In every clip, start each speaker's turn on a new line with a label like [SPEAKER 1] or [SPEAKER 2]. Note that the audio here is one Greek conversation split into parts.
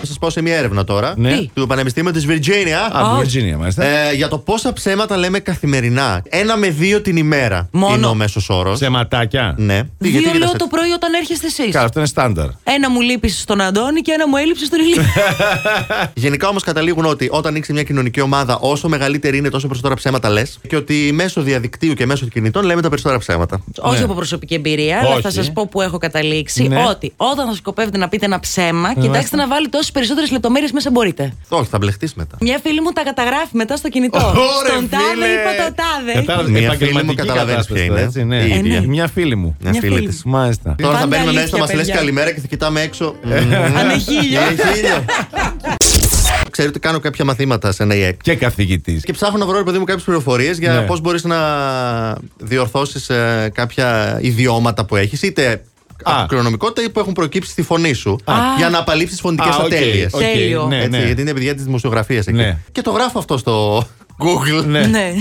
[SPEAKER 1] Θα σας πάω σε μια έρευνα τώρα
[SPEAKER 2] Ναι.
[SPEAKER 1] του Πανεπιστήμιου της Virginia.
[SPEAKER 2] Α, από Virginia, μάλιστα.
[SPEAKER 1] Ε, για το πόσα ψέματα λέμε καθημερινά. Ένα με δύο την ημέρα
[SPEAKER 3] Μόνο.
[SPEAKER 1] είναι ο μέσος όρος.
[SPEAKER 2] Ψεματάκια.
[SPEAKER 1] Ναι. Τι, γιατί
[SPEAKER 3] Δύο λέω
[SPEAKER 1] κοίταξε-
[SPEAKER 3] το πρωί όταν έρχεστε εσείς.
[SPEAKER 2] Ε, Καλά, αυτό είναι στάνταρ.
[SPEAKER 3] Ένα μου λείπεις στον Αντώνη και ένα μου έλειψε στον Ηλία.
[SPEAKER 2] Ναι.
[SPEAKER 1] Γενικά όμως καταλήγουν ότι όταν ανοίξεις μια κοινωνική ομάδα, όσο μεγαλύτερη είναι, τόσο περισσότερα ψέματα λες. Και ότι μέσω διαδικτύου και μέσω κινητών λέμε τα περισσότερα ψέματα.
[SPEAKER 3] Όχι από προσωπική εμπειρία, αλλά
[SPEAKER 2] Όχι.
[SPEAKER 3] θα σας πω που έχω καταλήξει.
[SPEAKER 2] Ναι.
[SPEAKER 3] Ότι όταν θα σκοπεύετε να πείτε ένα ψέμα, κοιτάξτε να βάλει τόσε περισσότερες λεπτομέρειες μέσα μπορείτε.
[SPEAKER 1] Όχι, θα μπλεχτείς μετά.
[SPEAKER 3] Μια φίλη μου τα καταγράφει μετά στο κινητό.
[SPEAKER 2] Ωρε,
[SPEAKER 3] Στον τάδε
[SPEAKER 2] φίλε. Ναι.
[SPEAKER 3] είπα το τάδε.
[SPEAKER 2] Κατάλαβε
[SPEAKER 1] Μια
[SPEAKER 2] επαγγελματική
[SPEAKER 1] φίλη μου καταλαβαίνεις
[SPEAKER 2] κατάσταση
[SPEAKER 1] ποια είναι.
[SPEAKER 2] τώρα, έτσι, ναι.
[SPEAKER 1] Η
[SPEAKER 2] Ε,
[SPEAKER 1] ίδια.
[SPEAKER 2] ναι. Μια φίλη μου.
[SPEAKER 1] Μια φίλη της. Ε,
[SPEAKER 2] Μάλιστα.
[SPEAKER 1] Τώρα θα
[SPEAKER 3] Πάντα
[SPEAKER 1] μπαίνουμε μέσα,
[SPEAKER 3] αλήθεια,
[SPEAKER 1] μα λε
[SPEAKER 3] παιδιά. Ε,
[SPEAKER 1] καλημέρα και θα κοιτάμε έξω. Ε,
[SPEAKER 3] Αν έχει ήλιο.
[SPEAKER 2] Ναι.
[SPEAKER 1] Έχει ήλιο. Ξέρετε ότι κάνω κάποια μαθήματα σε ένα ΙΕΚ.
[SPEAKER 2] Και καθηγητής.
[SPEAKER 1] Και ψάχνω να βρω, ρε παιδί μου, κάποιες πληροφορίες για
[SPEAKER 2] Ναι.
[SPEAKER 1] πώς μπορείς να διορθώσεις κάποια ιδιώματα που έχεις, είτε
[SPEAKER 2] Α.
[SPEAKER 1] από κληρονομικότητα ή που έχουν προκύψει στη φωνή σου. Για να απαλείψει φωνητικές
[SPEAKER 2] Α, οκ,
[SPEAKER 1] ατέλειες.
[SPEAKER 2] οκ,
[SPEAKER 3] Τέλειο.
[SPEAKER 2] Ναι,
[SPEAKER 1] Έτσι,
[SPEAKER 2] ναι.
[SPEAKER 1] Γιατί είναι παιδιά της δημοσιογραφίας εκεί.
[SPEAKER 2] Ναι.
[SPEAKER 1] Και το γράφω αυτό στο Google.
[SPEAKER 2] Ναι.
[SPEAKER 3] Ναι.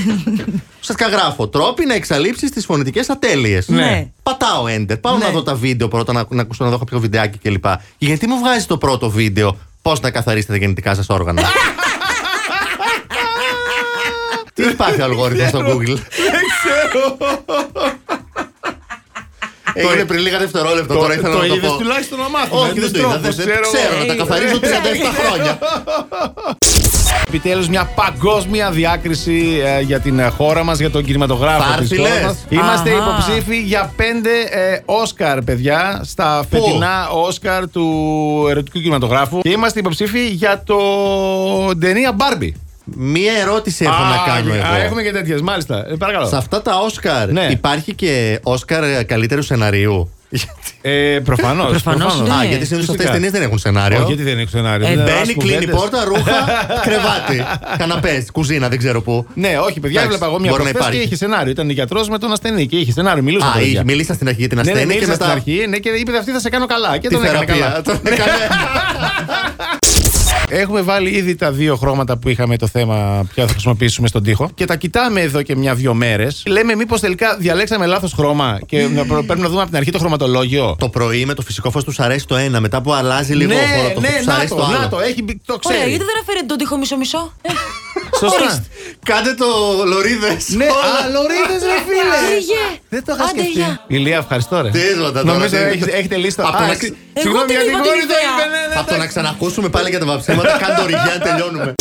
[SPEAKER 1] Ουσιαστικά γράφω τρόποι να εξαλείψεις τις φωνητικές ατέλειες.
[SPEAKER 3] Ναι.
[SPEAKER 1] Πατάω enter. Πάω
[SPEAKER 3] Ναι.
[SPEAKER 1] να δω τα βίντεο πρώτα, να, να ακούσω να δω κάποιο βιντεάκι κλπ. Γιατί μου βγάζει το πρώτο βίντεο πώς να καθαρίσετε τα γεννητικά σας όργανα. Τι έχει πάθει ο αλγόριθμο στο Google. Έγινε πριν λίγα δευτερόλεπτα, τώρα ήθελα να το
[SPEAKER 2] είδες
[SPEAKER 1] πω.
[SPEAKER 2] τουλάχιστον να μάθουμε.
[SPEAKER 1] Όχι, δεν το είδα. δεν- δεν Ξέρω να τα καθαρίζω 37 χρόνια.
[SPEAKER 2] Επιτέλους, μια παγκόσμια διάκριση ε, για την ε, χώρα μας, για τον κινηματογράφο τη
[SPEAKER 1] Πάρθιλες.
[SPEAKER 2] χώρα μας. Είμαστε
[SPEAKER 3] Αχα.
[SPEAKER 2] υποψήφοι για πέντε ε, Όσκαρ, παιδιά, στα φετινά Όσκαρ του ερωτικού κινηματογράφου. Και είμαστε υποψήφοι για το ταινία Μπάρμπι.
[SPEAKER 1] Μία ερώτηση έχω
[SPEAKER 2] Α,
[SPEAKER 1] να κάνω
[SPEAKER 2] α,
[SPEAKER 1] εγώ.
[SPEAKER 2] Έχουμε και τέτοιες, μάλιστα. Ε, παρακαλώ.
[SPEAKER 1] Σε αυτά τα Όσκαρ
[SPEAKER 2] Ναι.
[SPEAKER 1] υπάρχει και Όσκαρ καλύτερου σεναρίου.
[SPEAKER 2] Ε, Προφανώς.
[SPEAKER 3] Προφανώς, ναι.
[SPEAKER 1] Α, γιατί συνήθως αυτές
[SPEAKER 2] Φυσικά.
[SPEAKER 1] τι ταινίες δεν έχουν σενάριο.
[SPEAKER 2] Όχι, γιατί δεν είναι σενάριο.
[SPEAKER 3] Ε,
[SPEAKER 2] δεν
[SPEAKER 1] Μπαίνει,
[SPEAKER 2] βάζουν
[SPEAKER 1] κλείνει
[SPEAKER 2] κουβέντες.
[SPEAKER 1] πόρτα, ρούχα, κρεβάτι. Καναπές, κουζίνα, δεν ξέρω πού.
[SPEAKER 2] Ναι, όχι, παιδιά,
[SPEAKER 1] Εντάξει,
[SPEAKER 2] έβλεπα εγώ μια
[SPEAKER 1] μπορεί να
[SPEAKER 2] προχθές και
[SPEAKER 1] υπάρχει.
[SPEAKER 2] είχε σενάριο. Ήταν γιατρό με τον ασθενή και είχε σενάριο. Μιλούσε.
[SPEAKER 1] Α, είχε- μιλήσα στην αρχή για την
[SPEAKER 2] Ναι, ναι,
[SPEAKER 1] ασθένεια και
[SPEAKER 2] μίλησα
[SPEAKER 1] μετά.
[SPEAKER 2] στην αρχή ναι, και είπε αυτή θα σε κάνω καλά. Και
[SPEAKER 1] Τη
[SPEAKER 2] τον έκανε
[SPEAKER 1] θεραπεία.
[SPEAKER 2] καλά.
[SPEAKER 1] Τον έκανε.
[SPEAKER 2] Έχουμε βάλει ήδη τα δύο χρώματα που είχαμε το θέμα ποια θα χρησιμοποιήσουμε στον τοίχο και τα κοιτάμε εδώ και μια-δυο μέρες. Λέμε μήπως τελικά διαλέξαμε λάθος χρώμα και να προ- πρέπει να δούμε από την αρχή το χρωματολόγιο.
[SPEAKER 1] Το πρωί με το φυσικό φως τους αρέσει το ένα, μετά που αλλάζει λίγο
[SPEAKER 2] ναι,
[SPEAKER 1] ο χώρο του
[SPEAKER 2] ναι,
[SPEAKER 1] τους
[SPEAKER 2] να
[SPEAKER 1] αρέσει το
[SPEAKER 2] το, να το,
[SPEAKER 1] άλλο.
[SPEAKER 2] έχει μπει- το
[SPEAKER 3] Ωραία,
[SPEAKER 2] ξέρει.
[SPEAKER 3] γιατί δεν αφαιρέτε τον τοίχο μισό-μισό. Ε,
[SPEAKER 2] Σωστά.
[SPEAKER 3] Ορίστε.
[SPEAKER 1] Κάντε το λωρίδες.
[SPEAKER 2] Ναι, αλωρίδε ρε φίλε.
[SPEAKER 3] Πήγε.
[SPEAKER 2] Δεν το είχα
[SPEAKER 3] Άντε,
[SPEAKER 2] σκεφτεί.
[SPEAKER 3] γεια.
[SPEAKER 2] Ηλία, ευχαριστώ ρε.
[SPEAKER 1] Τίποτα τώρα,
[SPEAKER 2] Νομίζω
[SPEAKER 1] τίποτα.
[SPEAKER 2] έχετε, έχετε λύσει το.
[SPEAKER 1] Απ' το
[SPEAKER 2] Α,
[SPEAKER 1] να-
[SPEAKER 2] εσύ-
[SPEAKER 3] Εγώ
[SPEAKER 2] Συγγνώμη
[SPEAKER 3] την
[SPEAKER 2] για την
[SPEAKER 3] είπα την
[SPEAKER 2] κόρη, το
[SPEAKER 3] ιδέα.
[SPEAKER 2] είπε. ναι, ναι,
[SPEAKER 1] Από το να
[SPEAKER 2] εντάξει.
[SPEAKER 1] ξανακούσουμε πάλι για τα βαψίματα, κάντε το ριγιά, τελειώνουμε.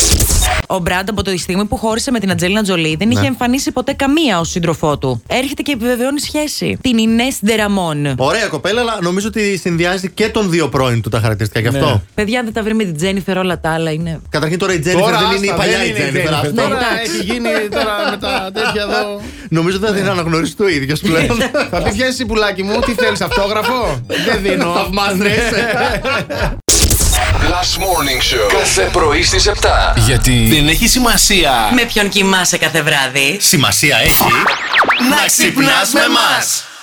[SPEAKER 3] Ο Μπραντ από τη στιγμή που χώρισε με την Αντζέλινα Τζολί δεν
[SPEAKER 2] Ναι.
[SPEAKER 3] είχε εμφανίσει ποτέ καμία ως σύντροφό του. Έρχεται και επιβεβαιώνει σχέση. Την Ινές Ντεραμόν.
[SPEAKER 1] Ωραία κοπέλα, αλλά νομίζω ότι συνδυάζει και των δύο πρώην του τα χαρακτηριστικά γι' αυτό.
[SPEAKER 2] Ναι.
[SPEAKER 3] Παιδιά, αν δεν τα βρει με την Τζένιφερ, όλα τα άλλα είναι.
[SPEAKER 1] Καταρχήν τώρα η Τζένιφερ
[SPEAKER 2] Τώρα
[SPEAKER 1] δεν είναι η
[SPEAKER 2] άστα,
[SPEAKER 1] παλιά
[SPEAKER 2] δεν
[SPEAKER 1] η
[SPEAKER 2] είναι η
[SPEAKER 1] Τζένιφερ.
[SPEAKER 2] Jennifer.
[SPEAKER 1] αυτό.
[SPEAKER 2] Τώρα
[SPEAKER 3] εντάξει.
[SPEAKER 2] έχει γίνει τώρα με τα τέτοια εδώ.
[SPEAKER 1] Νομίζω δεν θα
[SPEAKER 4] Ναι.
[SPEAKER 1] την αναγνωρίσει το ίδιο πλέον.
[SPEAKER 2] Θα πει πιέσεις η πουλάκι μου, τι θέλεις αυτόγραφο. Δεν δίνω.
[SPEAKER 1] Θαυμάζε.
[SPEAKER 5] Last Morning Show. Κάθε πρωί στις 7.
[SPEAKER 4] Γιατί δεν έχει σημασία.
[SPEAKER 3] Με ποιον κοιμάσαι κάθε βράδυ.
[SPEAKER 1] Σημασία έχει.
[SPEAKER 4] Να ξυπνάς με μας.